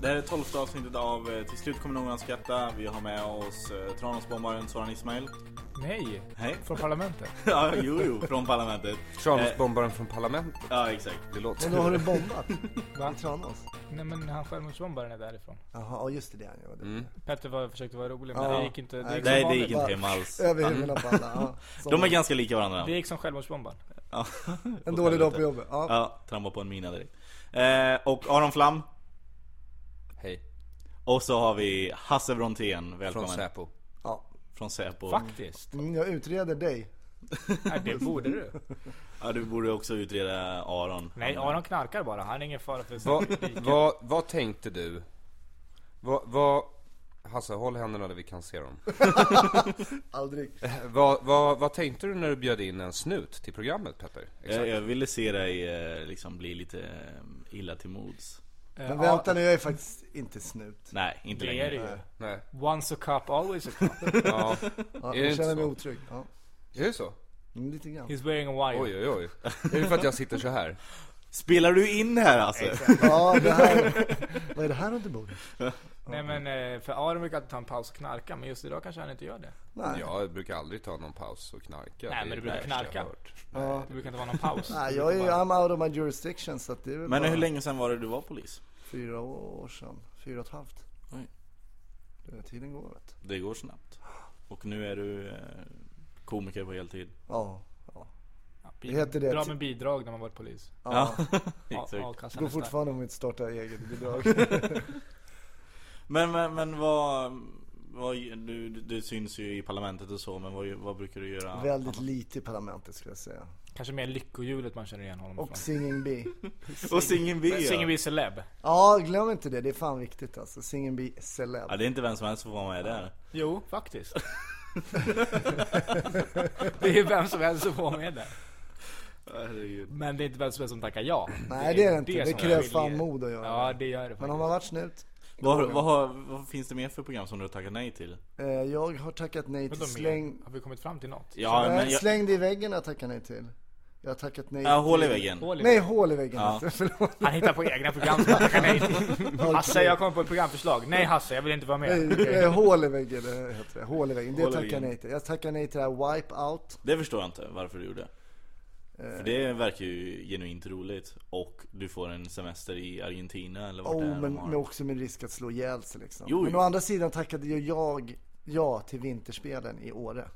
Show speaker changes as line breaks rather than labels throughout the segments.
Det här är tolfte avsnittet av eh, Till slut kommer någon att skratta. Vi har med oss eh, Tranåsbombaren Soran Ismail.
Nej,
Hej.
från parlamentet.
ja, jo, jo, från parlamentet.
Tranåsbombaren från parlamentet,
Ja, exakt.
det låter...
Men då har du bombat
Va?
i Tranås?
Nej men han självmordsbombaren är därifrån.
Jaha, ja, just det, det är han ju.
Mm.
Petter var, försökte vara rolig men
Ja.
det gick inte. Det gick,
Nej,
som
det
vanligt.
gick inte hem alls. Mm.
Över huvudena på alla. Ja, Som
De är ganska lika varandra.
det gick som självmordsbombaren.
Ja.
En dålig dag på jobbet. Ja.
Ja, trampa på en mina direkt. Eh, och Aron Flam.
Hej.
Och så har vi Hasse Brontén. Välkommen.
Från Säpo.
Ja.
Från Säpo.
Faktiskt.
Mm, jag utreder dig.
Nej, det borde du.
Ja, du borde också utreda Aron.
Nej, Aron knarkar bara. Han är ingen fara för Eh,
Vad,
sitt rike.
vad, vad tänkte du? Vad, vad... Hasse, håll händerna där vi kan se dem.
Aldrig.
Vad, vad, vad tänkte du när du bjöd in en snut till programmet, Petter?
Jag,
eh.
jag ville se dig eh, liksom bli lite eh, illa till mods.
Eh,
Men
ja,
vänta nu, jag är faktiskt inte snut.
Nej, inte
Det
längre.
är det ju.
Nej.
Once a cup, always a cup.
Ja.
Ja,
det
jag
inte
känner mig
så?
otrygg. Ja.
Är det så?
Eh.
Mm, lite grann.
He's wearing a wire.
Oj, oj, oj. Är det för att jag sitter så här?
Spelar du in här alltså?
Ja, det här. Vad är det här under bordet?
Nej men eh, för Aron brukar alltid ta en paus och knarka men just idag kanske han inte gör det.
Nej.
Jag brukar aldrig ta någon paus och
Nej,
knarka. Det
men
är
du brukar
det värsta jag
knarka.
har hört.
Ja.
Det brukar inte vara någon paus.
Nej, jag är ju, I'm out of my jurisdiction så att det är väl
Men
bara
hur länge sedan var det du var polis?
fyra år sedan. Fyra och ett halvt.
Oj.
Det är- Tiden går vet du.
Det går snabbt. Och nu är du eh, komiker på heltid.
Ja. ja.
Ja,
Det heter det.
Bra med bidrag när man varit polis.
ja.
A-
Exakt.
A-kassan
Det går
är stark.
fortfarande om vi inte startar eget bidrag.
Men, men, men vad... vad du, du syns ju i parlamentet och så, men vad, vad brukar du göra?
Väldigt lite i parlamentet skulle jag säga.
Kanske mer lyckohjulet man känner igen honom
Och
ifrån.
Singing Bee.
Och Singin' Bee
Singer
ja.
vi celeb?
Ja, glöm inte det. Det är fan viktigt alltså. Singing Bee Celeb.
ja, det är inte vem som helst som får vara med där.
Jo, faktiskt. det är ju vem som helst som får med det.
Herregud.
Men det är inte vem som helst som tackar ja.
Nej det är det inte. Det,
som skiljer.
krävs fan mod att göra
Ja,
det.
det gör det
Men
faktiskt.
har man varit snut?
Vad, har- vad, har- vad finns det mer för program som du har tackat nej till?
Eh, jag har tackat nej
Vänta, men-
till släng...
Har vi kommit fram till något?
Ja,
Nej,
men jag,
eh, Släng dig i väggen har jag tackat nej till. Jag har tackat nej
ja, hål i
till-
väggen.
Hål i
Nej,
väggen.
hål i väggen
Ja.
inte. Förlåt.
Han hittar på egna program som han tackar nej till.
Alltså,
Hasse, jag kommer på ett programförslag. Nej Hasse, jag vill inte vara med.
Nej,
Okej.
eh, Hål i väggen det heter det. Hål i väggen. Det
Hål i
tackar jag
väggen.
nej till. Jag tackar nej till det här wipe out.
Det förstår jag inte varför du gjorde.
Eh.
För det verkar ju genuint roligt. Och du får en semester i Argentina eller vart det
Oh,
är de
men, men
har.
också med risk att slå ihjäl sig liksom.
Jo,
Men
jo.
å andra sidan tackade ju jag ja till vinterspelen i Åre.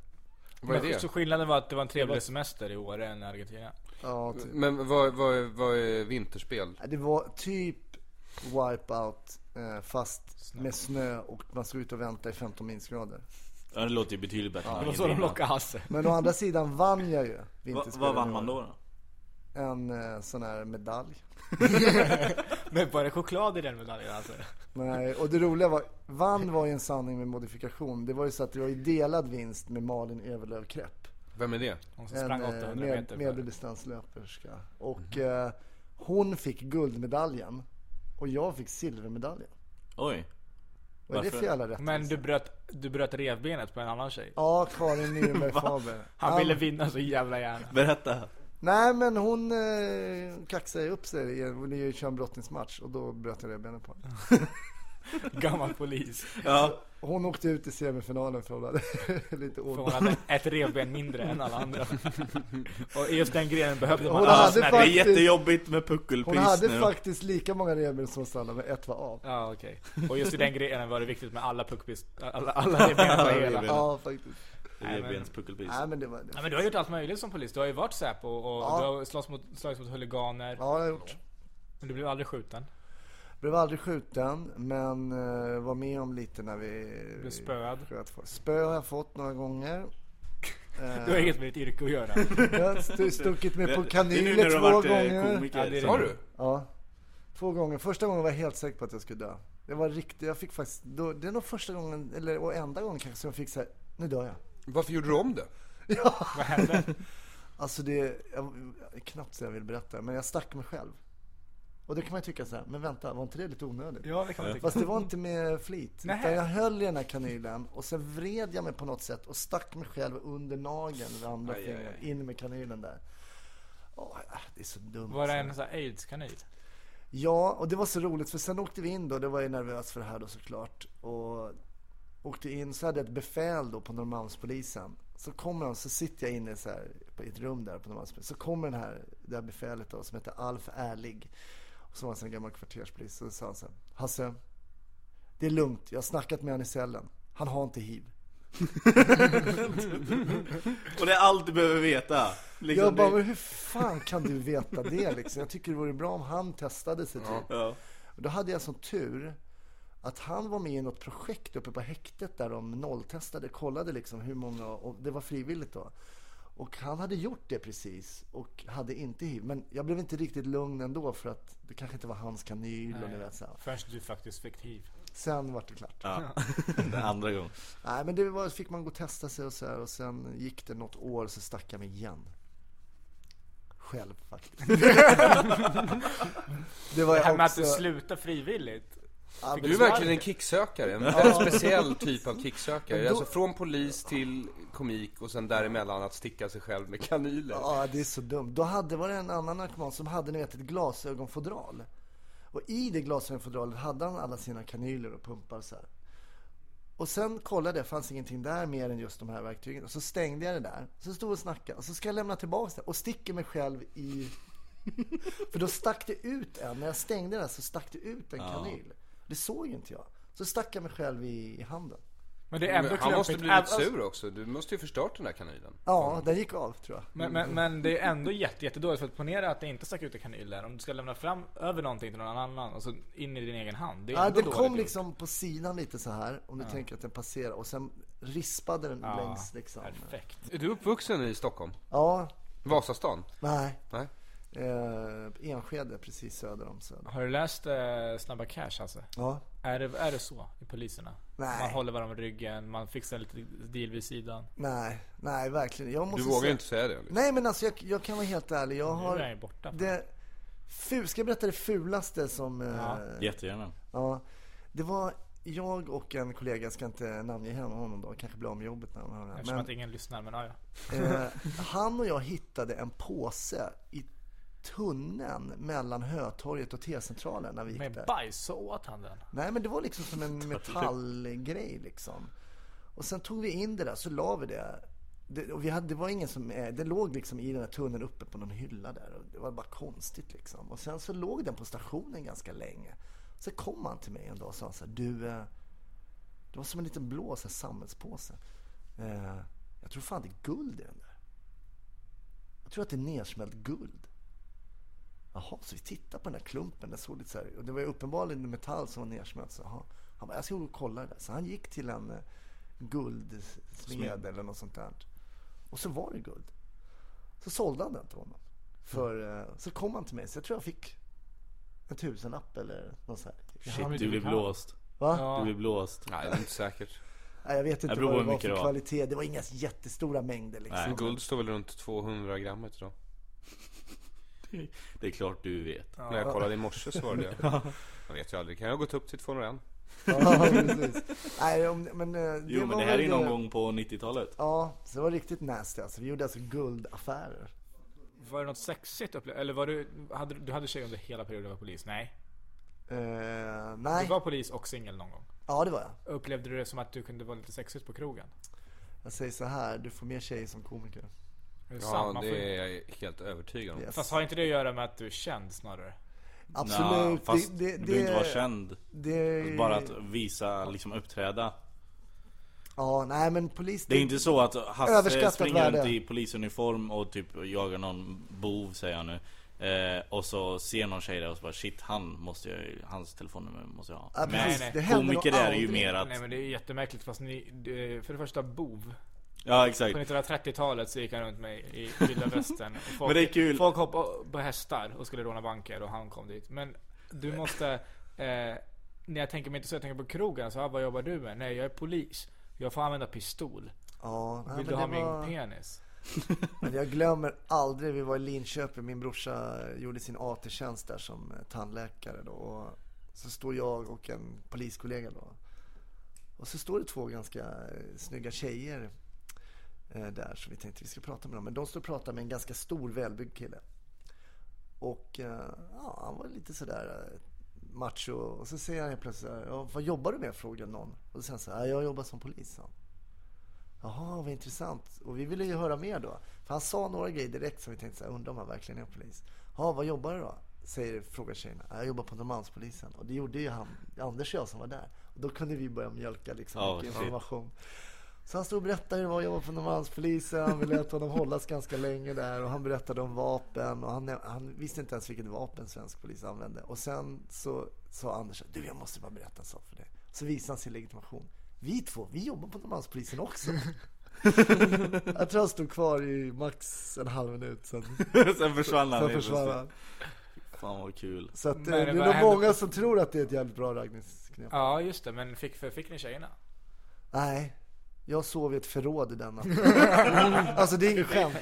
Vad är
Så
det?
skillnaden var att det var en trevligare semester i Åre än i Argentina.
Ja, typ.
Men vad, vad, är- vad är vinterspel?
Det var typ wipeout eh, fast med snö och man stod ute och väntade i 15 minusgrader.
Ja, det låter ju betydligt bättre än
Det var så de
Argentina.
lockade Hasse.
Men å andra sidan vann jag ju
Va,
vinterspelen
vad
i
vann
år.
man då? då?
En eh, sån här medalj.
Men var det choklad i den medaljen alltså?
Nej, och det roliga var, vann var ju en sanning med modifikation. Det var ju så att det var ju delad vinst med Malin Överlöf Krepp.
Vem är det?
Hon som
En
sprang
eh,
800 meter. Mhm.
med,
Med,
medeldistanslöperska. Och eh, hon fick guldmedaljen och jag fick silvermedaljen.
Oj.
Vad är det
Varför?
för jävla rättvisa?
men du bröt, du bröt revbenet på en annan tjej.
Ja, Karin Nürnberg Faber.
Han ville vinna så jävla gärna.
Berätta.
Nej, men hon eh, kaxade upp sig i en, ville köra en brottningsmatch och då bröt jag revbenet på henne.
Gammal polis.
Ja.
Hon åkte ut i semifinalen för hon hade lite
För hon
ont.
hade ett revben mindre än alla andra. Och i just den grenen behövde man
Hon
alla
hade
det
smärre.
är
faktiskt-
jättejobbigt med
Hon
puckelpis
hade
nu.
faktiskt lika många revben som Salla, men ett var av.
Ja, okej. Och just i den grenen var det viktigt med alla puckpist... Alla, alla revben på hela.
revben.
Ja, faktiskt.
Revbenspuckelpis.
Nej, men det var
Ja,
det.
men du har gjort allt möjligt som polis. Du har ju varit Säpo och, och
Ja.
du har slåss mot, slagits mot huliganer.
Ja, jag har gjort.
Men du blev aldrig skjuten.
Blev aldrig skjuten, men eh, var med om lite när vi...
Blev spöad.
sköt folk. Spö har jag fått några gånger.
Du har inget med ditt yrke att göra.
Jag har stu- stuckit mig på
Det är nu när
kaniner
du
två
har varit, eh,
gånger.
komiker.
Ja, det är det.
Har du?
Ja, två gånger. Första gången var jag helt säker på att jag skulle dö. Det var riktigt, jag fick faktiskt, då, det är nog första gången, eller och enda gången kanske, som jag fick så här, nu dör jag.
Varför gjorde du om det?
Vad hände?
Alltså det, jag, jag, knappt så jag vill berätta, men jag stack mig själv. Och då kan man ju tycka så här, men vänta, var inte det lite onödigt?
Ja, det kan man tycka.
Fast det var inte med flit. Utan jag höll i den här kanylen och sen vred jag mig på något sätt och stack mig själv under nageln med andra fingret, in med kanylen där. Åh, det är så dumt.
Var det en sån här aids-kanin?
Ja, och det var så roligt för sen åkte vi in då, det var jag nervös för det här då såklart. Och åkte in, så hade jag ett befäl då på Norrmalmspolisen. Så kommer han, så sitter jag inne så här på- i ett rum där på Norrmalmspolisen. Så kommer den här, det här befälet då som heter Alf Ärlig. Och som var en sån här gammal kvarterspolis. Så sa han så här, Hasse, det är lugnt, jag har snackat med han i cellen. Han har inte hiv.
Och det är allt du behöver veta. Liksom
Jag bara,
det-
men hur fan kan du veta det liksom? Jag tycker det vore bra om han testade sig typ.
Ja.
Och då hade jag sån tur att han var med i något projekt uppe på häktet där de nolltestade, kollade liksom hur många, och det var frivilligt då. Och han hade gjort det precis och hade inte hiv. Men jag blev inte riktigt lugn ändå för att det kanske inte var hans kanyl och ni vet så. här.
Förrän du faktiskt fick hiv.
Sen var det klart.
Den andra gången.
Nej men det var, fick man gå och testa sig och så här och sen gick det något år så stack jag mig igen. Själv faktiskt. det var
Det här
jag
med att
också...
du slutar frivilligt.
Ja, men
Du är verkligen en kicksökare, en väldigt speciell typ av kicksökare.
Men då-
Alltså från polis till komik och sen däremellan att sticka sig själv med kanyler.
Ja, det är så dumt. Då hade, var det en annan narkoman som hade ni vet, ett glasögonfodral. Och i det glasögonfodralet hade han alla sina kanyler och pumpar så här. Och sen kollade jag, fanns ingenting där mer än just de här verktygen. Och så stängde jag det där. Så stod vi och snackade. Och så ska jag lämna tillbaka det och sticker mig själv i... För då stack det ut en. När jag stängde det där så stack det ut en kanyl. Det såg ju inte jag. Så stack jag mig själv i, i handen.
Men det är ändå
Men han måste
klumpigt. Alltså,
bli
Även-
lite sur också, du måste ju förstört den där kanylen.
Ja, den gick av tror jag.
Men, men, men det är ändå jätte, jättedåligt för att ponera att det inte stack ut en kanyl där. Om du ska lämna fram över någonting till någon annan och så in i din egen hand. Det är
Ja,
ändå
den
dåligt
kom
gjort.
liksom på sidan lite så här om du tänker att den passerar och sen rispade den längs liksom.
Perfekt.
Är du uppvuxen i Stockholm?
Ja,
Vasastan?
nej.
Nej?
Eh, Enskede precis söder om Söder.
Har du läst eh, Snabba Cash alltså?
Ja.
Är det, är det så i poliserna?
Nej.
Man håller varandra om ryggen, man fixar lite deal vid sidan.
Nej, nej verkligen. Jag
Du
måste
vågar ju
säga-
inte säga det. Liksom.
Nej men alltså jag, jag kan vara helt ärlig. Jag
Nu är han ju
har
borta.
det ful, ska jag berätta det fulaste som eh,
Jättegärna.
Ja, det var jag och en kollega, jag ska inte namnge henne honom då, kanske blir av med jobbet när han hör det här.
Eftersom
Men
att ingen lyssnar, men ja, ja.
eh, han och jag hittade en påse i tunneln mellan Hötorget och T-centralen när vi gick
Med
där.
bajs så åt han den.
Nej men det var liksom som en metallgrej liksom. Och sen tog vi in det där, så la vi det. Det, och vi hade, det var ingen som, eh, det låg liksom i den här tunneln uppe på någon hylla där. Och det var bara konstigt liksom. Och sen så låg den på stationen ganska länge. Så kom han till mig en dag och sa så här, du, eh, det var som en liten blå så här, sammetspåse. Eh, jag tror fan det är guld i den där. Jag tror att det är nersmält guld. Jaha, så vi tittade på den där klumpen. Den såg lite så här, och det var ju uppenbarligen metall som var nersmält. Så, jaha. Han bara, jag ska gå och kolla det där. Så han gick till en eh, guldsmed eller något sånt där. Och så var det guld. Så sålde han den till honom. För,
Mm.
eh, Så kom han till mig, så jag tror jag fick en tusenlapp eller något sånt här.
Ja, men
Shit, du blev
kan.
blåst.
Va?
Du
Ja.
blev blåst.
Nej, det är inte säkert.
Nej, jag vet inte
Det beror
vad det
på hur
var
mycket
för
det var.
kvalitet. Det var inga jättestora mängder liksom.
Nej.
Guld står väl runt 200 gram idag.
Det är klart du vet.
När jag kollade i morse så var det det. Jag vet ju aldrig, kan jag ha gått upp till 201?
Ja, precis. Nej, om, men, eh, det
Jo men
var
det här är
väl,
någon
eh,
gång på 90-talet.
Ja, så det var riktigt nasty alltså. Vi gjorde alltså guldaffärer.
Var det något sexigt upple- Eller var du, hade, du hade tjej under hela perioden du var polis? Nej?
Eh,
Du
nej,
var polis och singel någon gång?
ja det var jag.
Upplevde du det som att du kunde vara lite sexigt på krogen?
Jag säger så här, du får mer tjejer som komiker.
Är det sant?
Ja,
Man får ju-
det är jag helt övertygad om.
Yes.
Fast har inte det att göra med att du är känd snarare?
Absolut.
Nja, fast
det, det,
du
det,
behöver inte vara känd.
Det,
Bara att visa, liksom uppträda.
Ja, nej men polis...
Det är inte så att Hasse
Överskattat
springer runt
värde.
i polisuniform och typ jagar någon bov säger jag nu. Eh, och så ser någon tjej där och så bara shit han måste jag ju- hans telefonnummer måste jag ha.
Ja, precis.
nej.
Det händer nog
komiker är ju
aldrig.
mer att, Mm.
Nej men det är jättemärkligt fast ni, det- för det första bov.
ja
På
exakt.
1930-talet så gick han runt med i vilda västern. Och Folk,
Men det är kul.
folk hoppade på hästar och skulle råna banker och han kom dit. Men du måste, eh, när jag tänker mig inte så, jag tänker på krogen. Så, ah, vad jobbar du med? Nej jag är polis. Jag får använda pistol.
Ja, nej,
Vill
men
du ha
det
min
var-
penis?
Men jag glömmer aldrig, vi var i Linköping, min brorsa gjorde sin AT-tjänst där som eh, tandläkare då. Och så står jag och en poliskollega då. Och så står det två ganska eh, snygga tjejer eh, där, så vi tänkte vi ska prata med dem. Men de står och pratar med en ganska stor, välbyggd kille. Och eh, ja, han var lite sådär eh, macho. Och så säger han helt plötsligt så här, ja, vad jobbar du med? frågar någon. Och så säger han så här, "Ja, jag jobbar som polis. sa Han. Jaha, vad intressant. Och vi ville ju höra mer då. För han sa några grejer direkt som vi tänkte så här, undrar om han verkligen är polis. Ja, vad jobbar du då? Säger, frågar tjejerna. "Ja, Jag jobbar på Norrmalmspolisen. Och det gjorde ju han, Anders och jag som var där. Och då kunde vi börja mjölka liksom
Ja,
mycket
shit.
information. Så han stod och berättade hur det var att jobba på Norrmalmspolisen. Vi lät honom hållas ganska länge där och han berättade om vapen och han, han visste inte ens vilket vapen svensk polis använde. Och sen så sa Anders du jag måste bara berätta en sak för dig. Så visade han sin legitimation. Vi två, vi jobbar på Norrmalmspolisen också. jag tror han stod kvar i max en halv minut sen.
Sen försvann han.
Sen
helt
försvann
plötsligt.
han.
Fan vad kul.
Så att, eh,
Men
det är
vad
nog
hände-
många som tror att det är ett jävligt bra raggningsknep.
Ja just det, men fick, för, fick ni tjejerna?
Nej, jag sov i ett förråd i den natten. Alltså det är inget skämt.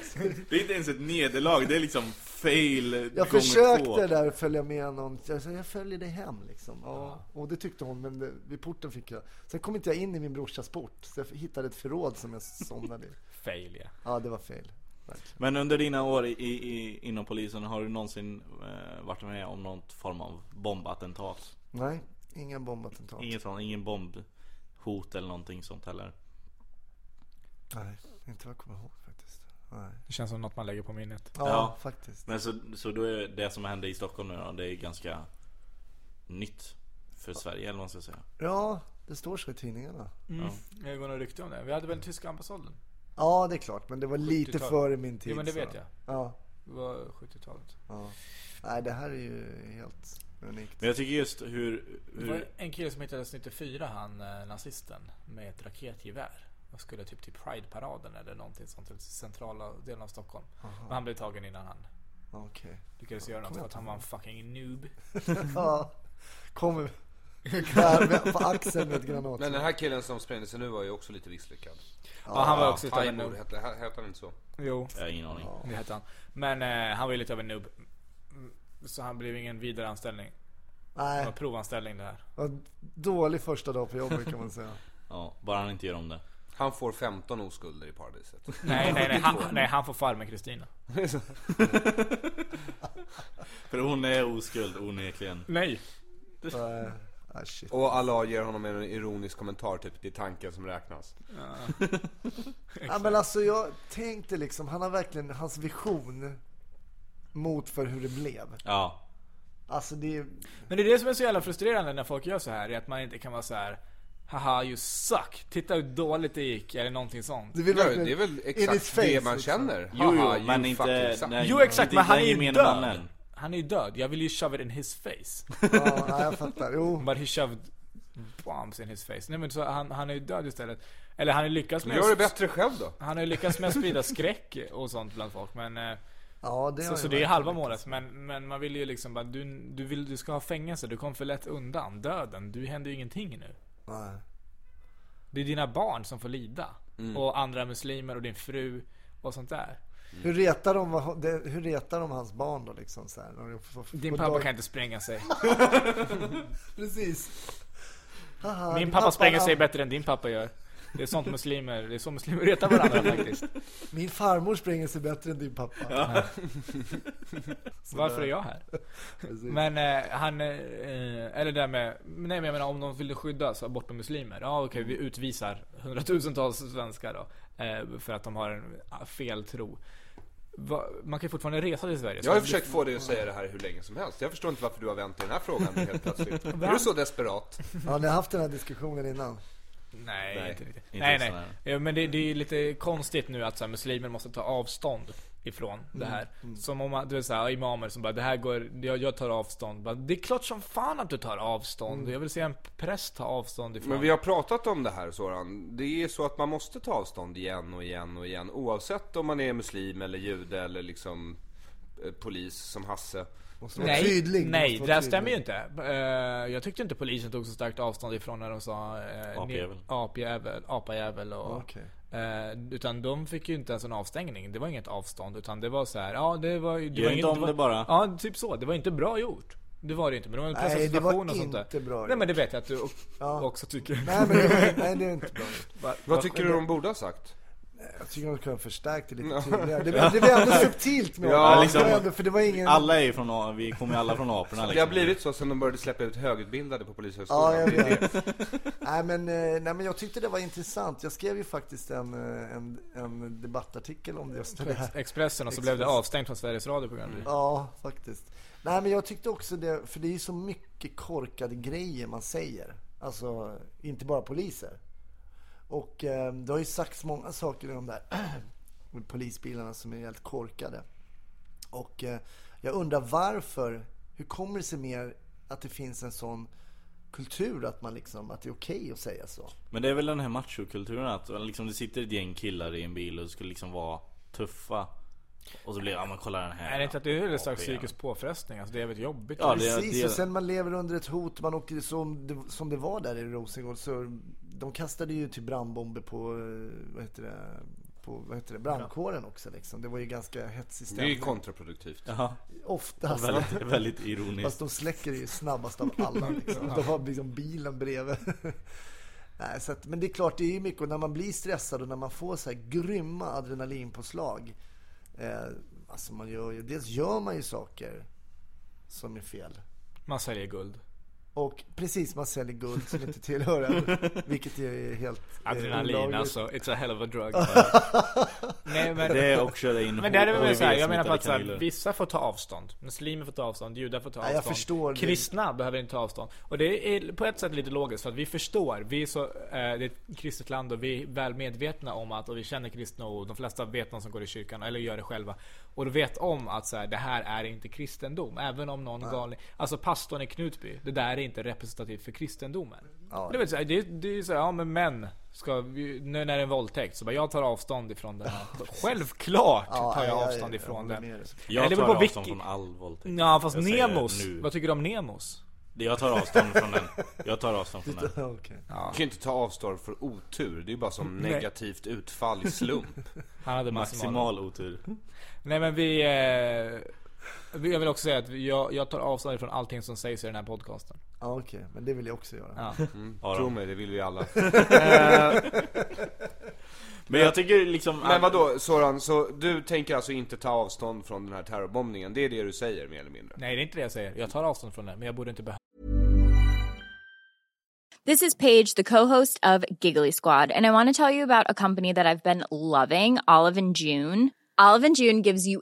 Det är inte ens ett nederlag, det är liksom fail
Jag
gånger två.
försökte där följa med någon. Jag, sa, jag följer dig hem liksom. Ja. Och det tyckte hon, men det, vid porten fick jag. Sen kom inte jag in i min brorsas port. Så jag hittade ett förråd som jag somnade i.
Fail ja.
Ja, det var fel. Verkligen.
Men under dina år i, i, inom polisen, har du någonsin eh, varit med om någon form av bombattentat?
Nej, inga bombattentat.
Inget sånt, ingen bombhot eller någonting sånt heller?
Nej, inte vad jag kommer ihåg faktiskt. Nej.
Det känns som något man lägger på minnet.
Ja,
Ja.
faktiskt.
Men så, så då är det som hände i Stockholm nu då, det är ganska nytt för Sverige eller vad man ska säga.
Ja, det står så i tidningarna.
Det går nog rykte om det. Vi hade väl den tyska ambassaden?
Ja, det är klart. Men det var lite
70-talet.
före min tid.
Jo men det
så.
vet jag.
Ja,
Det var 70-talet.
ja. Nej, det här är ju helt unikt.
Men jag tycker just hur...
Det var
hur
en kille som hittades 94, han eh, nazisten, med ett raketgevär. Och skulle typ till Pride-paraden eller någonting sånt i centrala delen av Stockholm. Men han blev tagen innan han
Okej.
lyckades göra något för att han var en fucking noob.
Ja, kommer. Där med- På axeln med ett granat.
Men den här killen som sprängde sig nu var ju också lite misslyckad.
Ja, han var också lite av en
Taimur
noob.
hette, hette han inte så?
Jo,
jag har ingen aning.
det hette han. Men eh, han var ju lite av en noob. Mm, Så han blev ingen vidare anställning. Det
Nej,
var provanställning det här.
vad dålig första dag på jobbet kan man säga.
Ja, bara han inte gör om det.
Han får 15 oskulder i paradiset.
Nej, nej, nej. Han, nej, han får farmen Kristina.
För hon är oskuld onekligen.
Nej.
Nej, ah, shit.
Och Allah ger honom en ironisk kommentar typ, det är tanken som räknas.
Ja, men alltså jag tänkte liksom, han har verkligen hans vision mot för hur det blev.
Ja.
Alltså det är,
Men det är det som är så jävla frustrerande när folk gör så här, är att man inte kan vara så här. Haha you suck, titta hur dåligt det gick eller någonting sånt.
det, vill
Ja,
verkligen-
det är väl
in his
exakt
face,
det man
liksom.
känner.
Jo,
Haha,
jo,
you
men
fucking
inte...
suck.
nej,
Jo exakt
inte
men han är
den
ju
gemene
död.
mannen.
Han är ju död, jag vill ju shove it in his face.
Ja, nej, jag fattar. Jo,
But he shoved bombs in his face. Nej men så han, han är ju död istället. Eller han har ju lyckats med
Gör det bättre själv då.
Han har ju lyckats med att sprida skräck och sånt bland folk men... eh,
ja, det har
Så,
jag
så det är
verkligen.
halva målet men, men man vill ju liksom bara, du, du, vill, du ska ha fängelse, du kom för lätt undan döden. Du händer ju ingenting nu.
Nej.
Det är dina barn som får lida. Och andra muslimer och din fru och sånt där.
Hur retar de, vad- det- hur retar de hans barn då liksom så här, när de får- får-
Din
får
pappa
dag-
kan inte spränga sig.
Precis. Haha,
Min
din
pappa spränger
han-
sig bättre än din pappa gör. Det är sånt muslimer, det är så muslimer retar varandra faktiskt.
Min farmor spränger sig bättre än din pappa. Så
Varför
där.
är jag här?
Precis.
Men eh, han, eh, eller det där med, nej men jag menar om de ville skyddas bortom muslimer. Ja okej vi utvisar hundratusentals svenskar då. Eh, för att de har en ah, fel tro. Va, man kan ju fortfarande resa till Sverige. så
Jag har ju
det-
försökt få dig att säga det här hur länge som helst. Jag förstår inte varför du har vänt i den här frågan helt plötsligt. Är du så desperat?
Ja, ni har haft den här diskussionen innan.
Nej,
Nej,
inte riktigt.
inte
nej,
just
nej. Ja, men det, det är ju lite konstigt nu att så här, muslimer måste ta avstånd ifrån det här. Som om man, du vet såhär, imamer som bara det här går, jag, jag tar avstånd. Bara, det är klart som fan att du tar avstånd. Jag vill se en präst ta avstånd ifrån.
Men vi har pratat om det här Soran. Det är så att man måste ta avstånd igen och igen och igen. Oavsett om man är muslim eller jude eller liksom eh, polis som Hasse.
Måste vara
Nej,
tydlig. du
nej
måste
det
vara
där
tydlig.
stämmer ju inte. Eh, jag tyckte inte polisen tog så starkt avstånd ifrån när de sa uh,
Apjävel.
apjävel, apajävel och...
Okej.
eh, utan de fick ju inte ens en avstängning. Det var inget avstånd utan det var så här, ja det var ju... det
Gör
var
inte
inget-
om det bara.
Ja, typ så. Det var inte bra gjort. Det var det inte, men det var en
Nej,
pressad
det var
situation och sånt där.
inte bra
Nej men det
gjort.
vet jag att du o-
Ja.
också tycker.
Nej, men det, var- nej, det är inte bra.
Va- va-
Vad tycker du de borde ha sagt?
Jag tycker de kunde ha förstärkt det lite tydligare. Det, det blev ändå subtilt med
Ja,
honom.
liksom-
det var ändå, för det var ingen...
Alla är ju från, A- vi kommer ju alla från aporna liksom.
Det har blivit så sen de började släppa ut högutbildade på
Ja,
polishögskolan.
jag
Det är det.
vet. nej, men, eh, nej, men jag tyckte det var intressant. Jag skrev ju faktiskt en, eh, en, en debattartikel om just det här.
Ex- Expressen och så blev det
Express.
avstängt från Sveriges Radio på
Mm.
grund av det.
Ja, faktiskt. Nej, men jag tyckte också det, för det är ju så mycket korkade grejer man säger. Alltså, inte bara poliser. Och eh, det har ju sagts många saker i de där polisbilarna som är helt korkade. Och eh, jag undrar varför, hur kommer det sig mer att det finns en sån kultur att man liksom, att det är okej att säga så?
Men det är väl den här machokulturen att liksom, det sitter ett gäng killar i en bil och ska liksom vara tuffa Och så blir det, ja men kolla den här
Är det inte att det är en
apan.
slags psykisk påfrestning? Alltså det är väldigt jobbigt.
Ja, det-
Precis, och sen man lever under ett hot. Man åker, som, det, som det var där i Rosengård, så de kastade ju till brandbomber på, eh, vad heter det, på vad heter det, brandkåren också. Liksom. Det var ju ganska hetsig
Det är ju
stämning.
kontraproduktivt.
Jaha,
Alltså.
Oftast.
väldigt, väldigt ironiskt
Fast de släcker det ju snabbast av alla. Liksom. De har liksom bilen bredvid. Nej, så att, men det är klart, det är ju mycket. Och när man blir stressad och när man får så här grymma adrenalinpåslag. Eh, alltså man gör ju, dels gör man ju saker som är fel.
Man säljer guld.
Och precis, man säljer guld som inte tillhör en, vilket är helt eh,
Adrenalin
olagligt.
alltså. It's a hell of a drug. Nej men.
Det är också det in
Men där är det väl såhär, jag menar på att så här,
HIV-smittade kanyler.
vissa får ta avstånd. Muslimer får ta avstånd, judar får ta
Ja, jag
avstånd.
förstår det.
Kristna behöver inte ta avstånd. Och det är på ett sätt lite logiskt för att vi förstår. Vi är, så, eh, det är ett kristet land och vi är väl medvetna om att, och vi känner kristna och de flesta vet någon som går i kyrkan eller gör det själva. Och de vet om att så här, det här är inte kristendom. Även om någon galning, alltså pastorn i Knutby, det där är inte representativt för kristendomen.
Ja.
Det, är väl så här, det, det är ju såhär, ja men män. Ska vi, nu när det är en våldtäkt så bara, jag tar avstånd ifrån det här. Självklart!
Typ
Ja,
tar jag
ja, ja,
avstånd
ja,
ifrån
jag
det.
håller med dig.
Nej,
Jag
det
tar
beror på
avstånd
vilken-
från all våldtäkt
Ja fast
Jag säger
Nemos.
nu.
Vad tycker du om Nemos?
Jag tar avstånd från den Jag tar avstånd från den
Ja, okej.
Du kan ju inte ta avstånd för otur. Det är ju bara som negativt utfall i slump.
Han hade maximal.
Maximal otur
Nej men vi... Eh, vi- jag vill också säga att vi- jag, jag tar avstånd från allting som sägs i den här podcasten.
Ja, okej. Men det vill jag också göra.
Ja.
Tro mig, det vill vi alla.
Men jag tycker liksom
Men vadå Soran, så du tänker alltså inte ta avstånd från den här terrorbombningen? Det är det du säger mer eller mindre?
Nej det är inte det jag säger. Jag tar avstånd från det men jag borde inte behöva.
This is Paige, the co-host of Giggly Squad, and I want to tell you about a company that I've been loving, Olive and June. Olive and June gives you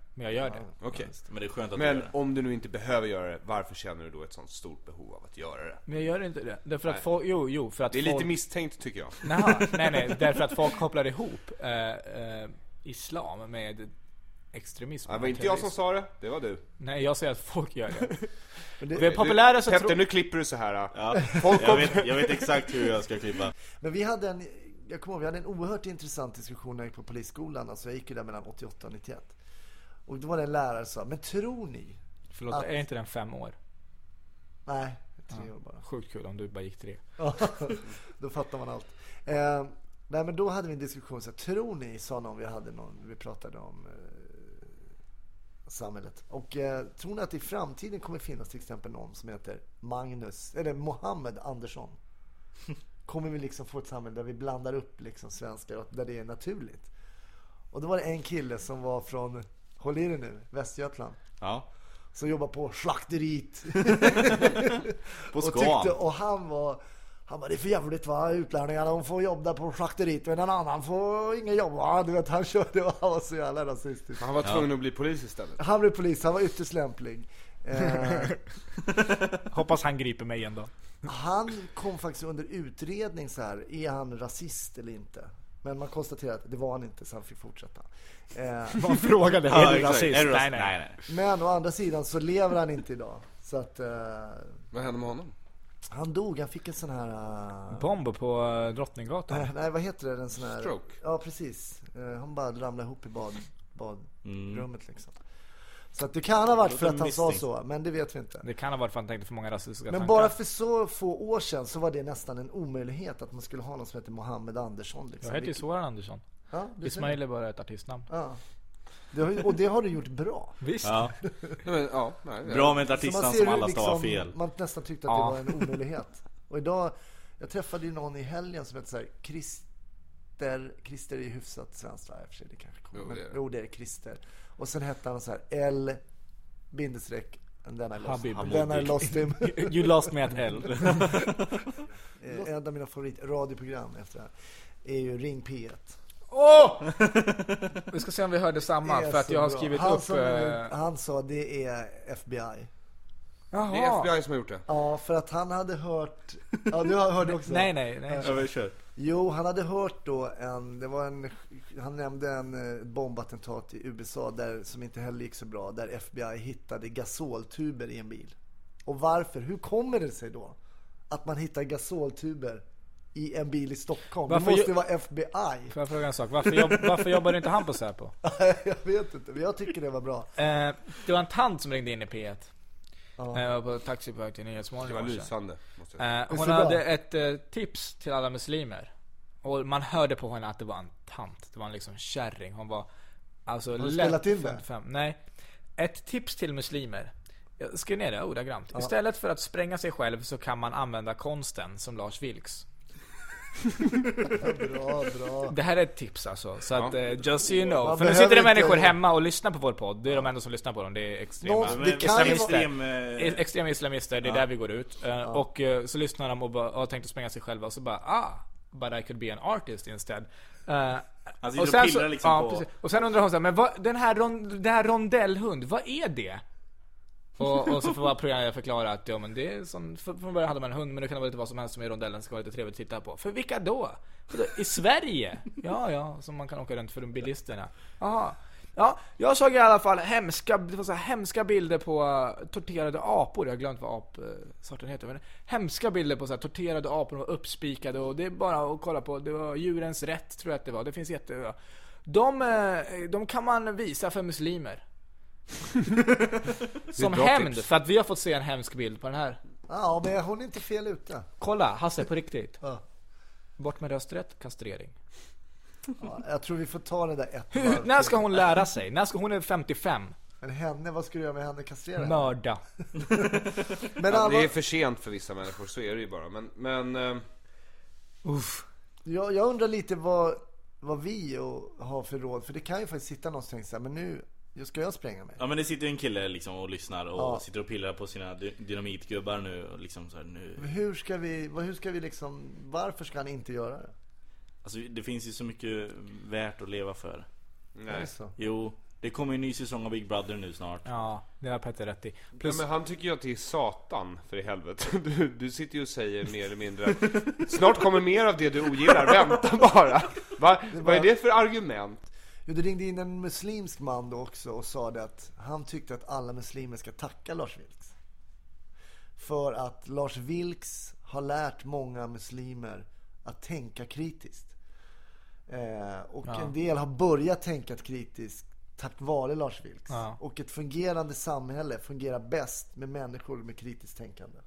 Men jag gör det.
Okej.
Men det är skönt att du
Men
gör det.
om du nu inte behöver göra det, varför känner du då ett sånt stort behov av att göra det?
Men jag gör inte det. Därför att folk, jo, jo, för att
Det är lite
folk...
misstänkt tycker jag.
Naha, nej, nej. Därför att folk kopplar ihop eh, eh, Islam med extremism.
Det
och
var inte jag som
terrorism.
sa det, det var du.
Nej, jag säger att folk gör det.
det-
det är populära så
Petter,
tror...
nu klipper du så här.
Ja, jag, vet, jag vet exakt hur jag ska klippa.
Men vi hade en, jag kommer ihåg, vi hade en oerhört intressant diskussion när jag gick på polisskolan. Alltså jag gick ju där mellan 88 och 91. Och då var det en lärare som sa, men tror ni?
Förlåt, är inte den fem år?
Nej, tre år bara.
Sjukt kul om du bara gick tre.
Ja, då fattar man allt. Eh, nej, men då hade vi en diskussion. Så här, tror ni, sa någon, vi, hade någon, vi pratade om eh, samhället. Och eh, tror ni att i framtiden kommer finnas till exempel någon som heter Magnus, eller Mohammed Andersson? Kommer vi liksom få ett samhälle där vi blandar upp liksom svenskar och där det är naturligt? Och då var det en kille som var från, håll i dig nu, Västergötland.
Ja.
Som jobbar på slakteriet
På
och, tyckte,
Scan.
och han var... Han bara, det är för jävligt va, utlänningarna de får jobb där på slakteriet men en annan får ingen jobb va. Du vet, han körde och han var så jävla rasistisk.
Han var tvungen att bli polis istället.
Han blev polis, han var ytterst lämplig. Eh,
Hoppas han griper mig en dag.
han kom faktiskt under utredning så här, är han rasist eller inte? Men man konstaterade att det var han inte, så han fick fortsätta. Eh,
Man frågade, är du rasist?
Är du
Nej,
rasist?
nej.
men å andra sidan så lever han inte idag. Så att eh,
Vad hände med honom?
han dog, han fick en sån här... eh,
Bomb på eh, Drottninggatan.
Nej, vad heter det? En sån här...
Stroke.
Ja, precis. Eh, Han bara ramlade ihop i bad, badrummet liksom. Så att det kan ha varit för att han sa så, men det vet vi inte.
Det kan ha varit för att han tänkte för många rasistiska
Men
tankar.
bara för så få år sedan så var det nästan en omöjlighet att man skulle ha någon som heter Mohammed Andersson. Liksom.
Jag heter ju
Vilket-
Soran Andersson.
Ja, du ser.
Ismail är bara ett artistnamn.
Ja. Det har, ju- och det har du gjort bra.
Visst.
Ja.
Nej, men, ja, nej, nej.
Bra med ett
Så man
artistnamn
ser
som
hur
alla stavar
liksom,
fel.
Man nästan tyckte att
Ja.
det var en omöjlighet. Och idag, jag träffade ju någon i helgen som hette så här Christer, Christer är ju hyfsat svenskt va? I och för sig, det kanske kommer.
Jo,
men-
det är det.
Jo, det är Christer. Och sen hette han så här L bindestreck and then I lost,
Habib.
then I lost him.
You lost me at L.
Eh, en av mina favoritradioprogram efter det här är ju Ring P1.
Åh! Vi ska se om vi hörde samma
Det är
för att
så
jag har
bra.
skrivit
han
upp...
Som,
eh,
han sa det är FBI.
Det är FBI som har gjort det.
Ja, för att han hade hört... Ja, du hörde också.
Nej, nej, nej.
Ja, men kör.
Jo, han hade hört då en, det var en, han nämnde en eh, bombattentat i USA där, som inte heller gick så bra, där FBI hittade gasoltuber i en bil. Och varför? Hur kommer det sig då att man hittar gasoltuber i en bil i Stockholm?
Varför
det måste
ju-
ju vara FBI.
Får jag fråga en sak? Varför, jobb, varför jobbade inte han på Säpo?
jag vet inte, men jag tycker det var bra.
Eh, det var en tant som ringde in i P1. Eh, jag var på taxi på väg till Nyhetsmorgon
Det var
i morse.
lysande. Måste jag. säga.
Eh,
Så
hon
bra.
hade ett eh, tips till alla muslimer. Och man hörde på henne att det var en tant. Det var en liksom kärring. Hon var... Alltså
du spelat in det?
55. Nej. Ett tips till muslimer. Jag skrev ner det ordagrant. Istället för att spränga sig själv så kan man använda konsten som Lars Vilks.
Bra, bra.
Det här är ett tips alltså. Så att, eh, just so you know.
Man
För nu sitter det
behöver inte-
människor hemma och lyssnar på vår podd. Det är de enda som lyssnar på dem. Det är extrema...
Någon-
Men
Det kan ju
extremister.
vara-
Extrem, eh,
Eh, Extrema islamister, det är där vi går ut. Eh, Och eh, så lyssnar de och bara, "Ah, tänkte spränga sig själva och så bara ah, but I could be an artist instead. Eh,
sitter och pillar liksom på-
precis. och sen undrar hon så här, men vad, den här, rond, den här rondellhund, vad är det? Och, och så får bara programledaren förklara att ja, men det är som, för- från början hade man en hund men nu kan det vara lite vad som helst som är i rondellen som ska vara lite trevligt att titta på. För vilka då? Vadå, I Sverige? Ja, ja, som man kan åka runt för de bilisterna. Jaha. Ja, jag såg i alla fall hemska, det var så här, hemska bilder på eh, torterade apor. Jag har glömt vad apsorten heter. Men hemska bilder på så här, torterade apor. De var uppspikade och det är bara att kolla på. Det var djurens rätt tror jag att det var. Det finns jätte... De, eh, de kan man visa för muslimer. Som
bra
hämnd,
tips.
för att vi har fått se en hemsk bild på den här.
Ja, men hon är inte fel ute.
Kolla, Hasse på riktigt.
Ja.
Bort med rösträtt, kastrering.
Ja, jag tror vi får ta det där ett
Hur,
varv
när
till.
ska hon lära sig? När ska hon är 55?
Men henne, vad ska du göra med henne? Kastrera henne?
Mörda.
Men
Ja, Eh, det
alla,
är för sent för vissa människor, så är det ju bara. Men, men eh,
Uff.
jag, jag undrar lite vad, vad vi och har för råd. För det kan ju faktiskt sitta någon som tänker så här, men nu nu ska jag spränga mig.
Ja men det sitter ju en kille liksom och lyssnar och sitter och pillar på sina dy- dynamitgubbar nu och liksom så här, nu
Hur ska vi, vad- hur ska vi liksom, varför ska han inte göra det?
Alltså det finns ju så mycket värt att leva för
nej.
Så.
Jo, det kommer ju en ny säsong av Big Brother nu snart
Ja, det har Petter rätt i.
Ja,
Plus,
men han tycker ju att det är satan, för i helvete. Du, du sitter ju och säger mer eller mindre att snart kommer mer av det du ogillar, vänta bara. Va? Vad är det för argument?
Jo, det ringde in en muslimsk man då också och sa det att han tyckte att alla muslimer ska tacka Lars Vilks. För att Lars Vilks har lärt många muslimer att tänka kritiskt. Eh, och en del har börjat tänka kritiskt tack vare Lars Vilks.
Ja.
Och ett fungerande samhälle fungerar bäst med människor med kritiskt tänkande.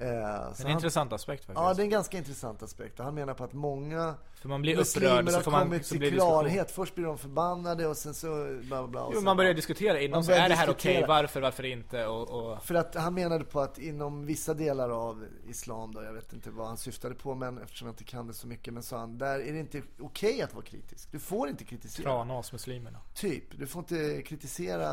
Eh, så
en
han-
intressant aspekt faktiskt.
Ja, det är en ganska intressant aspekt. Och Han menar på att många
För man blir
muslimer
upprörd så
har
får man,
kommit
så
till
blir det diskussion.
klarhet. Först blir de förbannade och sen så bla bla bla. och
Jo,
sen-
man börjar diskutera
Man
innan, så
börjar
är det här okej,
diskutera.
varför, varför inte och... och
För att han menade på att inom vissa delar av Islam då, jag vet inte vad han syftade på men eftersom jag inte kan det så mycket. Men sa han, där är det inte okej att vara kritisk. Du får inte kritisera.
trana oss muslimerna.
Typ, du får inte kritisera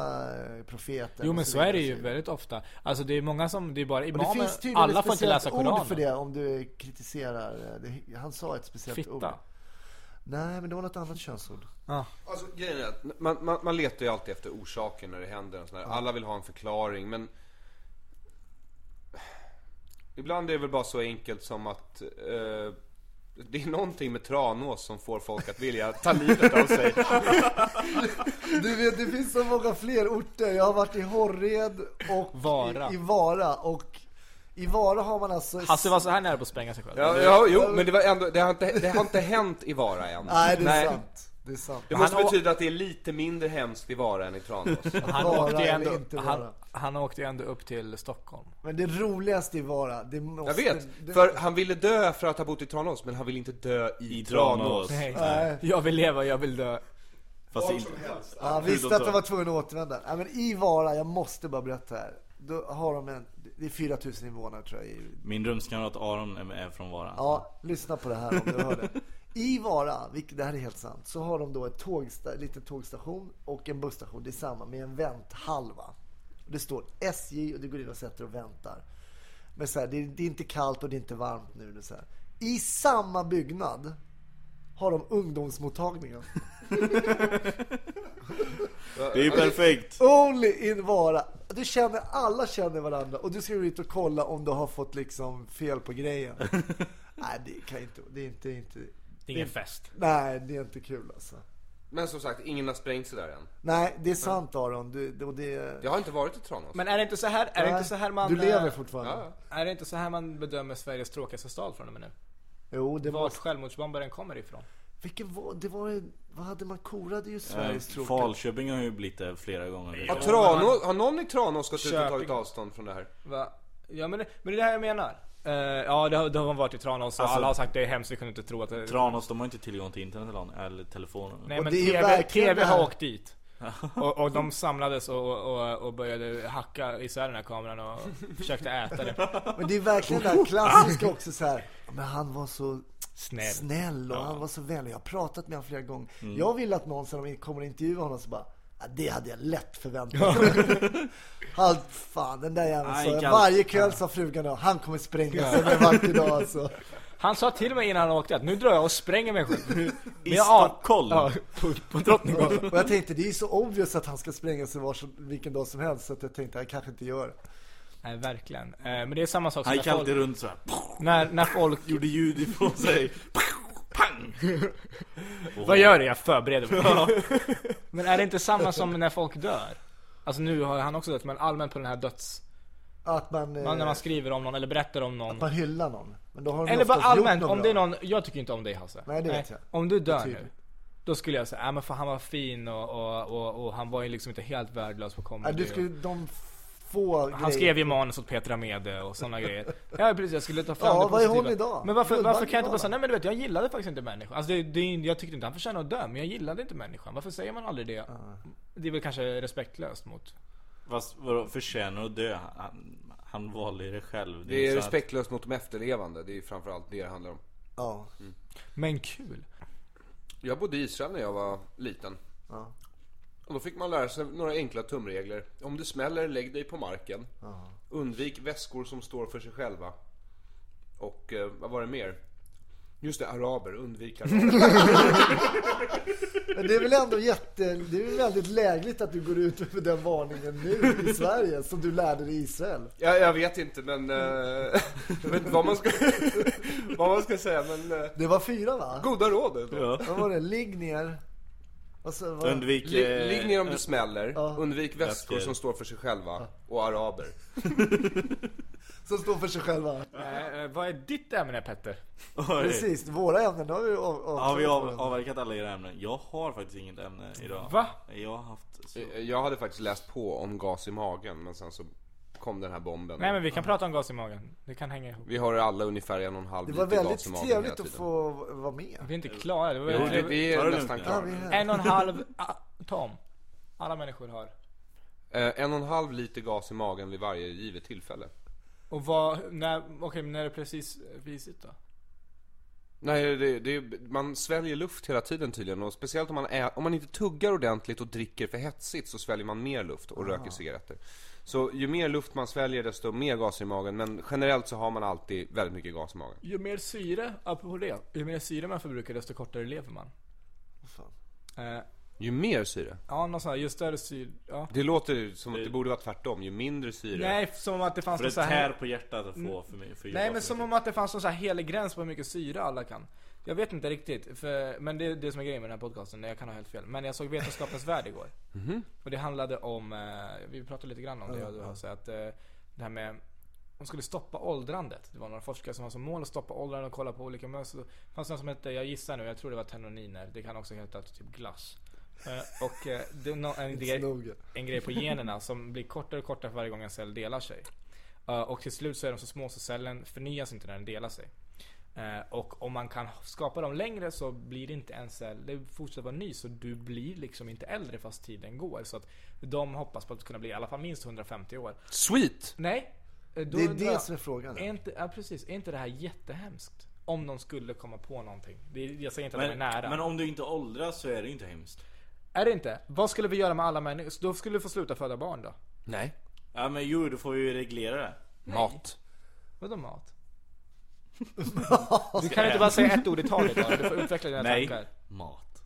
eh, profeten.
Jo
och
men så är
vidare,
det ju
och så vidare. typ.
väldigt ofta. Alltså det är många som, det är bara
Och det
imamer,
finns tydligen
alla får
ett
inte
speciellt
läsa Koranen.
ord för det om du kritiserar. eh, Det, han sa ett speciellt ord.
Fitta.
Nej, men det var något annat könsord.
Alltså, grejen är att man, man, man letar ju alltid efter orsaker när det händer. Och sån här. Alla vill ha en förklaring, men... Ibland är det väl bara så enkelt som att eh, det är någonting med Tranås som får folk att vilja ta livet av sig.
Du vet, det finns så många fler orter. Jag har varit i Horred och
Vara.
I, i Vara. Och i Vara har man alltså...
Hasse var så här nära på att spränga sig själv.
Ja, ja, jo, men det, var ändå, det, har inte, det har inte hänt i Vara än.
Nej, det är sant. Det är sant.
Det måste
Han har-
betyda att det är lite mindre hemskt i Vara än i Tranås.
Han,
Vara
åkte ju
eller
ändå,
inte vara.
han, han åkte ju ändå upp till Stockholm.
Men det roligaste i Vara, det
Jag
måste...
vet,
det,
för han ville dö för att ha bott i Tranås, men han vill inte dö i,
I
Tranås.
Tranås
Nej. Jag vill leva, jag vill dö.
Fast inte,
Ja, visste att de var tvungna att återvända. Nej, men i Vara, jag måste bara berätta här. Då har de en... Det är 4000 invånare tror jag. i-
Min rumskamrat Aron är- är från Vara
Ja, lyssna på det här om du hör det. I Vara, vilket, det här är helt sant, så har de då ett tågsta, liten tågstation och en busstation. Det är samma med en vänthalva. Det står SJ och du går in och sätter och väntar. Men så här, det, är- det är inte kallt och det är inte varmt nu. Det är så här. I samma byggnad har de ungdomsmottagningen.
Det är ju perfekt!
Only in Vara. Du känner, alla känner varandra och du ska gå dit och kolla om du har fått liksom fel på grejen. Nej, det kan inte, det är inte, inte,
Det är ingen fest.
nej det är inte kul alltså.
Men som sagt, ingen har sprängt sig där än.
Nej, det är sant Aron. Du, det, och det,
Jag har inte varit i Tranås.
Men är det inte så här, är det inte så här man...
du lever
eh,
fortfarande.
Ja, ja.
Är det inte så här man bedömer Sveriges tråkigaste stad från och med nu?
Jo, det var...
Vart självmordsbombaren kommer ifrån?
Vilken var... Det var ju... Vad hade man? Korade ju
Eh,
Sveriges tråkiga...
Falköping har ju blivit det flera gånger
har, Tranås, har någon i Tranås gått ut och
Köping.
tagit avstånd från det här?
Va? Ja men det, men det är det här jag menar. Eh, ja det har, det har varit i Tranås och
Alltså-
alla har sagt det är hemskt, vi kunde inte tro att det...
Tranås, de har ju inte tillgång till internet eller an- eller telefon
Nej men
det är ju
TV,
verkligen
TV
det här.
har åkt dit. Och, och de samlades och, och, och började hacka isär den här kameran och försökte äta den.
Men det är verkligen det här klassiska också så här. "Ja, Men han var så
Snäll.
snäll och han var så vänlig. Jag har pratat med honom flera gånger. Jag vill att någon som kommer att intervjua honom så bara "Ja, det hade jag lätt förväntat mig. Han, fan, den där jäveln
Nej,
sa jag.
kan-
Varje kväll sa frugan då, han kommer spränga sig en vacker dag alltså.
Han sa till mig innan han åkte att nu drar jag och spränger mig själv.
I
Men jag an-
Stockholm!
Ja, på, på Drottninggatan.
Och jag tänkte, det är ju så obvious att han ska spränga sig var som, vilken dag som helst. Så att jag tänkte, han kanske inte gör det.
Nej verkligen. Eh, men det är samma sak som
Han
när
gick alltid
folk,
runt såhär,
när, när folk...
gjorde ljud ifrån sig Pang!
Vad gör du? Jag förbereder mig. Men är det inte samma som när folk dör? Alltså nu har han också dött, men allmänt på den här döds...
Att man, eh,
Man, när man skriver om någon eller berättar om någon.
att man hyllar någon. Men då har de
Eller bara
oftast gjort
allmänt,
något
om det är
bra.
någon, jag tycker inte om dig Hasse.
Nej, det vet jag.
Om du dör
Betyder.
nu. Då skulle jag säga, nej men för han var fin och, och, och, och han var ju liksom inte helt värdelös på
Ja,
comedy.
du skulle, de få
och,
grejer.
han skrev ju manus åt Petra Mede och sådana grejer. Ja precis, jag skulle ta fram
Ja,
det
vad är
positiva.
hon idag?
Men varför, varför kan jag inte bara
Guldbaggegalan.
säga, nej men du vet jag gillade faktiskt inte människan. Alltså det, det, är ju- jag tyckte inte han förtjänade att dö, men jag gillade inte människan. Varför säger man aldrig det? Det är väl kanske respektlöst mot...
Fast vadå, förtjänar att dö? Han, han valde ju det själv.
Det är
så att-
respektlöst mot de efterlevande. Det är framförallt det det handlar om.
Ja.
Men kul.
Jag bodde i Israel när jag var liten.
Ja.
Och då fick man lära sig några enkla tumregler. Om det smäller, lägg dig på marken. Undvik väskor som står för sig själva. Och eh, vad var det mer? Just det, araber. Undvik araber.
Men det är väl ändå jätte, det är väl väldigt lägligt att du går ut med den varningen nu i Sverige som du lärde dig i Israel.
jag, jag vet inte men... Eh, men vad, man ska, vad man ska säga men... Eh,
Det var fyra va?
goda råd. Ja.
Ja.
Vad var det? Ligg ner. Och så var det...
Undvik... eh,
Ligg ner om det smäller. Undvik väskor
Väskor.
som står för sig själva. Och araber.
Som står för sig själva.
Eh, eh, vad är ditt ämne Petter?
Oj.
Precis, våra ämnen, då har vi av, av,
Har vi av, avverkat alla era ämnen? Jag har faktiskt inget ämne idag.
Va? Eh,
Jag har haft... Så...
Eh, Jag hade faktiskt läst på om gas i magen men sen så kom den här bomben.
Nej men vi kan prata om gas i magen. Det kan hänga ihop.
Vi har alla ungefär en och en halv
Det var
liter
väldigt
gas i magen hela
trevligt att
tiden.
få vara med.
Vi är inte klara. Det var
Jo,
Ja, det,
det-
vi
Ta
är
det
nästan
lugnt nu.
Ja,
klara.
vi är här.
En och en halv atom. Alla människor har.
Eh, en och en halv liter gas i magen vid varje givet tillfälle.
Och vad, när, okej men när är det precis visit då?
Nej, det, det, man sväljer luft hela tiden tydligen och speciellt om man, ä, om man inte tuggar ordentligt och dricker för hetsigt så sväljer man mer luft och röker cigaretter. Så ju mer luft man sväljer desto mer gas i magen men generellt så har man alltid väldigt mycket gas i magen.
Ju mer syre, apropå det, ju mer syre man förbrukar desto kortare lever man. Eh,
Ju mer syre.
ja någon sån här, ju större syre, ja.
Det låter ju som att det borde vara tvärtom, ju mindre syre.
Nej, som att det fanns
För
någon
det
så
tär
här, Mm.
på hjärtat att få för mig. För
Nej
jag-
men som om att det fanns någon så här helig gräns på hur mycket syre alla kan. Jag vet inte riktigt, för, men det är det som är grejen med den här podcasten, jag kan ha helt fel. Men jag såg Vetenskapens Värld igår. Och det handlade om, eh, vi pratade lite grann om det jag och du har att eh, det här med de skulle stoppa åldrandet. Det var några forskare som har som mål att stoppa åldrandet och kolla på olika mönster. Det fanns någon som hette, jag gissar nu, jag tror det var tenoniner. Det kan också heta typ glass. Eh, och eh, det är nå- en, grej,
noga.
en grej på generna som blir kortare och kortare för varje gång en cell delar sig. Eh, och till slut så är de så små så cellen förnyas inte när den delar sig. Eh, och om man kan skapa dem längre så blir det inte en cell, det fortsätter vara ny så du blir liksom inte äldre fast tiden går. Så att de hoppas på att kunna bli i alla fall minst 150 år.
Sweet!
Nej. eh, Då
Det är
undrar jag,
det som är frågan.
Är inte, ja, precis, är inte det här jättehemskt? Om de skulle komma på någonting. Det är, jag säger inte att de är
men,
nära.
men om du inte åldras så är det ju inte hemskt.
Är det inte? Vad skulle vi göra med alla människor? Så Då skulle vi få sluta föda barn då?
Nej.
Ja men jo, då får vi ju reglera det.
Mat.
Vadå mat? du kan inte bara säga ett ord i taget bara. Du får utveckla dina
Nej.
tankar.
Mat.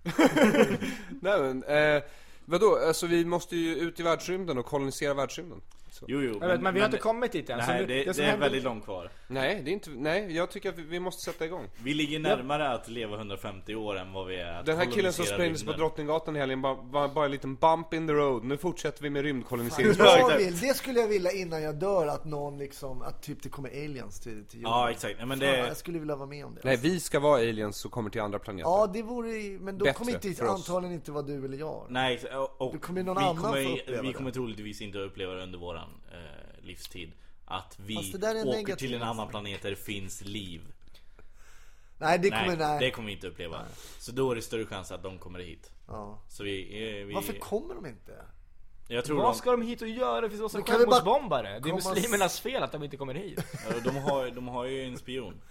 Nej men, eh, vadå? Alltså vi måste ju ut i världsrymden och kolonisera världsrymden. Så.
Jo, jo.
Jag vet, men vi har inte kommit dit än. så
Nej,
nu-
det,
som
det är
händer-
väldigt långt kvar.
Nej, det är inte, nej, jag tycker att vi, vi måste sätta igång.
Vi ligger närmare att leva 150 år än vad vi är att
Den här killen
kolonisera
som sprängdes på
rymden.
Drottninggatan i helgen var bara, bara en liten bump in the road. Nu fortsätter vi med rymdkolonisering.
Jag vill, det skulle jag vilja innan jag dör att någon liksom, att typ det kommer aliens till, till jorden.
Ja exakt, Nej, men det
Fan,
är...
jag skulle vilja vara med om det.
Nej, vi ska vara aliens som kommer till andra planeter.
Ja, det vore ju- men då
Bättre
kommer
för
inte
oss.
antagligen inte vara du eller jag.
Nej, ex- och och
Det kommer ju någon
vi,
annan få
kommer,
uppleva
vi
det.
kommer troligtvis inte uppleva det under våran eh, livstid. Att vi
Fast det där är
åker
negativt.
till en annan planet där det finns liv.
Nej, det
Nej,
kommer, nej.
det kommer vi inte uppleva. Så då är det större chans att de kommer hit.
Ja.
Så vi... Eh, vi
Varför kommer de inte?
Jag tror de,
Vad ska de hit och göra? Det finns massa
Då kan vi bara
självmordsbombare. Det är
komma-
muslimernas fel att de inte kommer hit.
eh, de, har, de har ju en spion.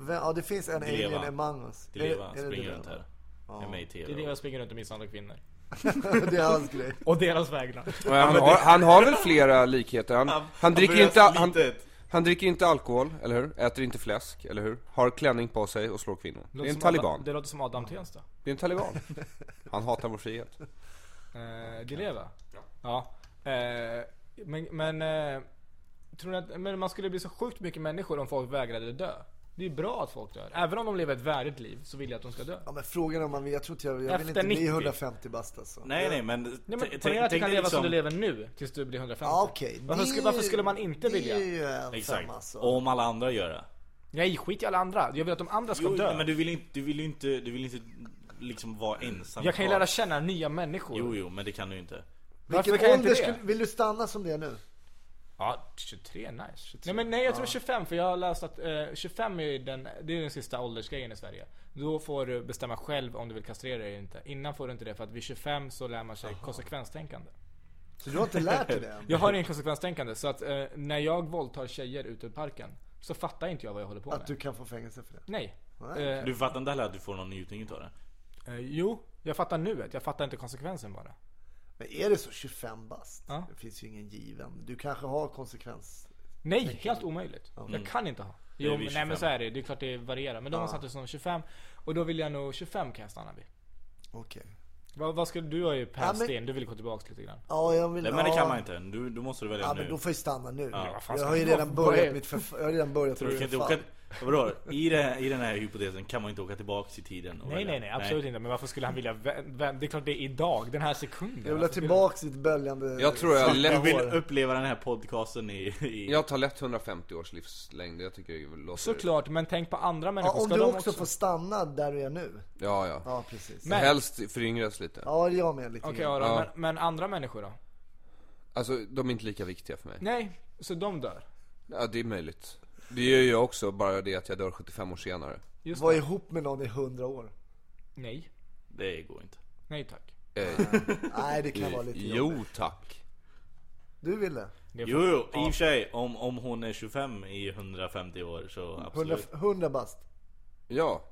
Vem, ja, det finns en
Dileva.
alien among us.
Till Eva,
Är det- är det
springer
Dileva?
runt här. Med mig i
Det är det
TV.
jag springer runt och misshandlar kvinnor.
det är hans grej.
Och deras vägnar.
Men Han, har, han har väl flera likheter? Han, han, dricker
börjar
inte, han,
slitet.
han dricker inte alkohol, eller hur? Äter inte fläsk, eller hur? Har klänning på sig och slår kvinnor. Det är
låter
en
som
taliban.
Adam, det låter som Adam Tensta.
Det är en taliban. Han hatar vår frihet.
Eh, Di Leva? Ja. Eh, men men eh, tror ni att men man skulle bli så sjukt mycket människor om folk vägrade dö? Det är ju bra att folk dör. Även om de lever ett värdigt liv så vill jag att de ska dö.
Ja men frågan om man vill, jag tror inte jag, jag vill
Efter
inte bli
90.
150 bast alltså.
Nej nej men...
Nej,
t-
men ponera att du
tänk dig
kan leva som du
liksom-
lever nu tills du blir 150.
Ja, okej.
varför,
Det är
skulle,
ju-
varför skulle man inte vilja?
Det är ju ensam
Exakt.
alltså.
Och om alla andra gör det.
Nej, skit i alla andra. Jag vill att de andra ska
Jo,
dö.
men du vill inte, du vill ju inte, du vill inte liksom vara ensam
Jag kan ju
kvar.
lära känna nya människor.
Jo jo men det kan du ju inte.
Varför
Vilken
kan jag inte
ålder
det?
skulle, vill du stanna som det är nu?
Ja, 23, nice. 23. Nej men nej, jag tror 25 för jag har läst att eh, 25 är den, det är den sista åldersgrejen i Sverige. Då får du bestämma själv om du vill kastrera dig eller inte. Innan får du inte det för att vid 25 så lär man sig konsekvenstänkande.
Så du har inte lärt dig det än?
Jag har ingen konsekvenstänkande så att eh, när jag våldtar tjejer ute i parken så fattar inte jag vad jag håller på med.
Att du kan få fängelse för det?
Nej.
Nej.
Eh,
Du fattar inte heller att du får någon njutning utav det?
eh, jo, jag fattar nuet. Jag fattar inte konsekvensen bara.
Men är det så 25 bast?
Ja.
Det finns ju ingen given. Du kanske har konsekvens.
Nej, helt omöjligt.
Mm.
Jag kan inte ha. Jo,
vid
men, nej
25.
men så är det. Det är klart det varierar. Men de har satt det som 25. Och då vill jag nog 25 kan jag stanna vid.
Okej.
Vad, vad skulle du ha ju Per
Ja, men-
Sten? Du vill gå tillbaks lite grann.
Ja, jag vill...
Nej men det
ja.
kan man inte. Du, du måste du välja
Ja,
nu.
men då får jag stanna nu.
vad fan
jag
ska
har ju
jag-
redan
vad
börjat
är-
mitt förf- Jag har redan börjat
Du
mitt
kan inte
förfall.
åka... Vadå? I, det, I den här hypotesen kan man inte åka tillbaks i tiden och
Nej
välja.
nej nej, absolut inte. Men varför skulle han vilja vä- vä- Det är klart det är idag, den här sekunden. Alltså,
Jag vill ha
Varför skulle-
tillbaks ditt böljande
Jag tror jag
svarta
lätt-
Du vill
hår.
uppleva den här podcasten i... i...
Jag tar lätt 150 års livslängd, jag tycker det låter...
Såklart, men tänk på andra människor.
Ja, om
Ska
du
de
också får stanna där du är nu.
Ja, ja.
Ja, precis.
Men-
Helst föryngras lite.
Ja, jag med lite
Okej
grann.
Aron,
Ja.
men, men andra människor då?
Alltså, de är inte lika viktiga för mig.
Nej, så de dör.
Ja, det är möjligt. Det gör jag också, bara det att jag dör 75 år senare.
Just
Var
det.
ihop med någon i 100 år.
Nej.
Det går inte.
Nej tack.
Eh,
Nej, det kan vara lite jobbigt.
jo tack.
Du ville?
Det är
Jo,
fan-
jo i och för sig. Om, om hon är 25 i 150 år så
100,
absolut.
100 bast?
Ja.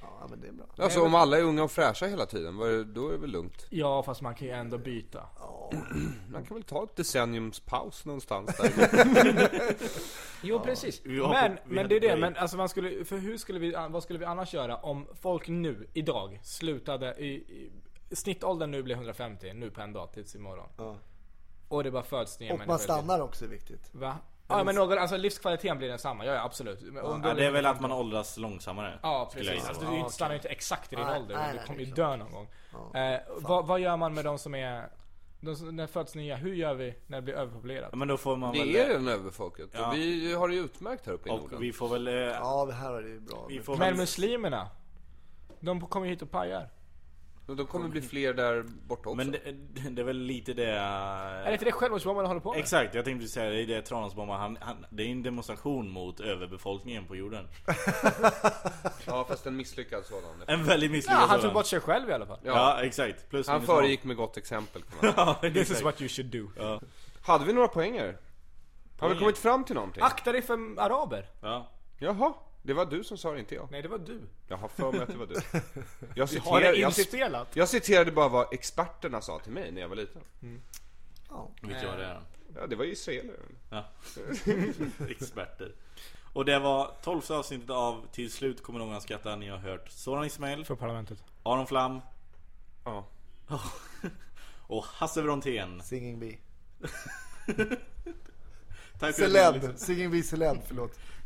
Ja, men det är bra.
Alltså om alla är unga och fräscha hela tiden, vad är det- då är det väl lugnt.
Ja fast man kan ju ändå byta.
Man kan väl ta ett decenniums paus någonstans där.
Jo precis.
Vi har-
Men,
vi
men
hade
det är det.
break.
Men alltså man skulle, för hur skulle vi, vad skulle vi annars göra om folk nu, idag, slutade i, i snittåldern nu blir 150, nu på en dag tills imorgon. Och det bara föds nya
Och man
människor till.
stannar också är viktigt.
Va? Ja men någon, alltså livskvaliteten blir densamma, ja, ja absolut. Men om du-
Ja, det är väl att man åldras långsammare.
Ja
skulle jag
precis,
gissa.
alltså, du är ju inte- stannar ju inte exakt i din
Nej,
ålder.
nej,
du
nej,
kommer
det
ju
är
dö någon gång. eh, vad, vad gör man med de som är, de som, när det föds nya, hur gör vi när det blir överpopulerat?
Ja, Men då får man väl...
Det är redan överfolket och vi har det ju utmärkt här uppe i Norden.
Och vi får väl... eh,
Ja, det här är det ju bra.
Vi får
Men
väl...
muslimerna? De kommer ju hit och pajar.
Och de kommer bli fler där borta också.
Men det, det är väl lite det... eh,
Är det inte det självmordsbombarna håller på med?
Exakt, jag tänkte säga det. Det är det Tranåsbombar, han, han, det är en demonstration mot överbefolkningen på jorden.
Ja fast en misslyckad sådan.
En väldigt misslyckad
Ja, han tog
sådan.
bort sig själv i alla fall.
Ja, exakt. Plus
Han
minus noll.
föregick med gott exempel kan man säga.
Ja,
This
exakt.
is what you should do.
Hade vi några poänger? Har vi kommit fram till någonting?
Akta dig för araber.
Ja.
Jaha, det var du som sa det, inte jag.
Nej, det var du.
Jag har för mig att det var du. Jag
Har
citerade,
det
jag, cit-
inspelat?
jag citerade bara vad experterna sa till mig när jag var liten.
Vilka var det då?
Ja, det var ju israeler.
Eh, Experter. Och det var 12 avsnittet av Till slut kommer någon att skratta. Ni har hört Soran Ismail,
För parlamentet.
Aron Flam
Ja.
och Hasse Brontén.
Singing Bee.
Tack för att ni har
Celeb.
lyssnat.
Singing Bee Celeb, förlåt.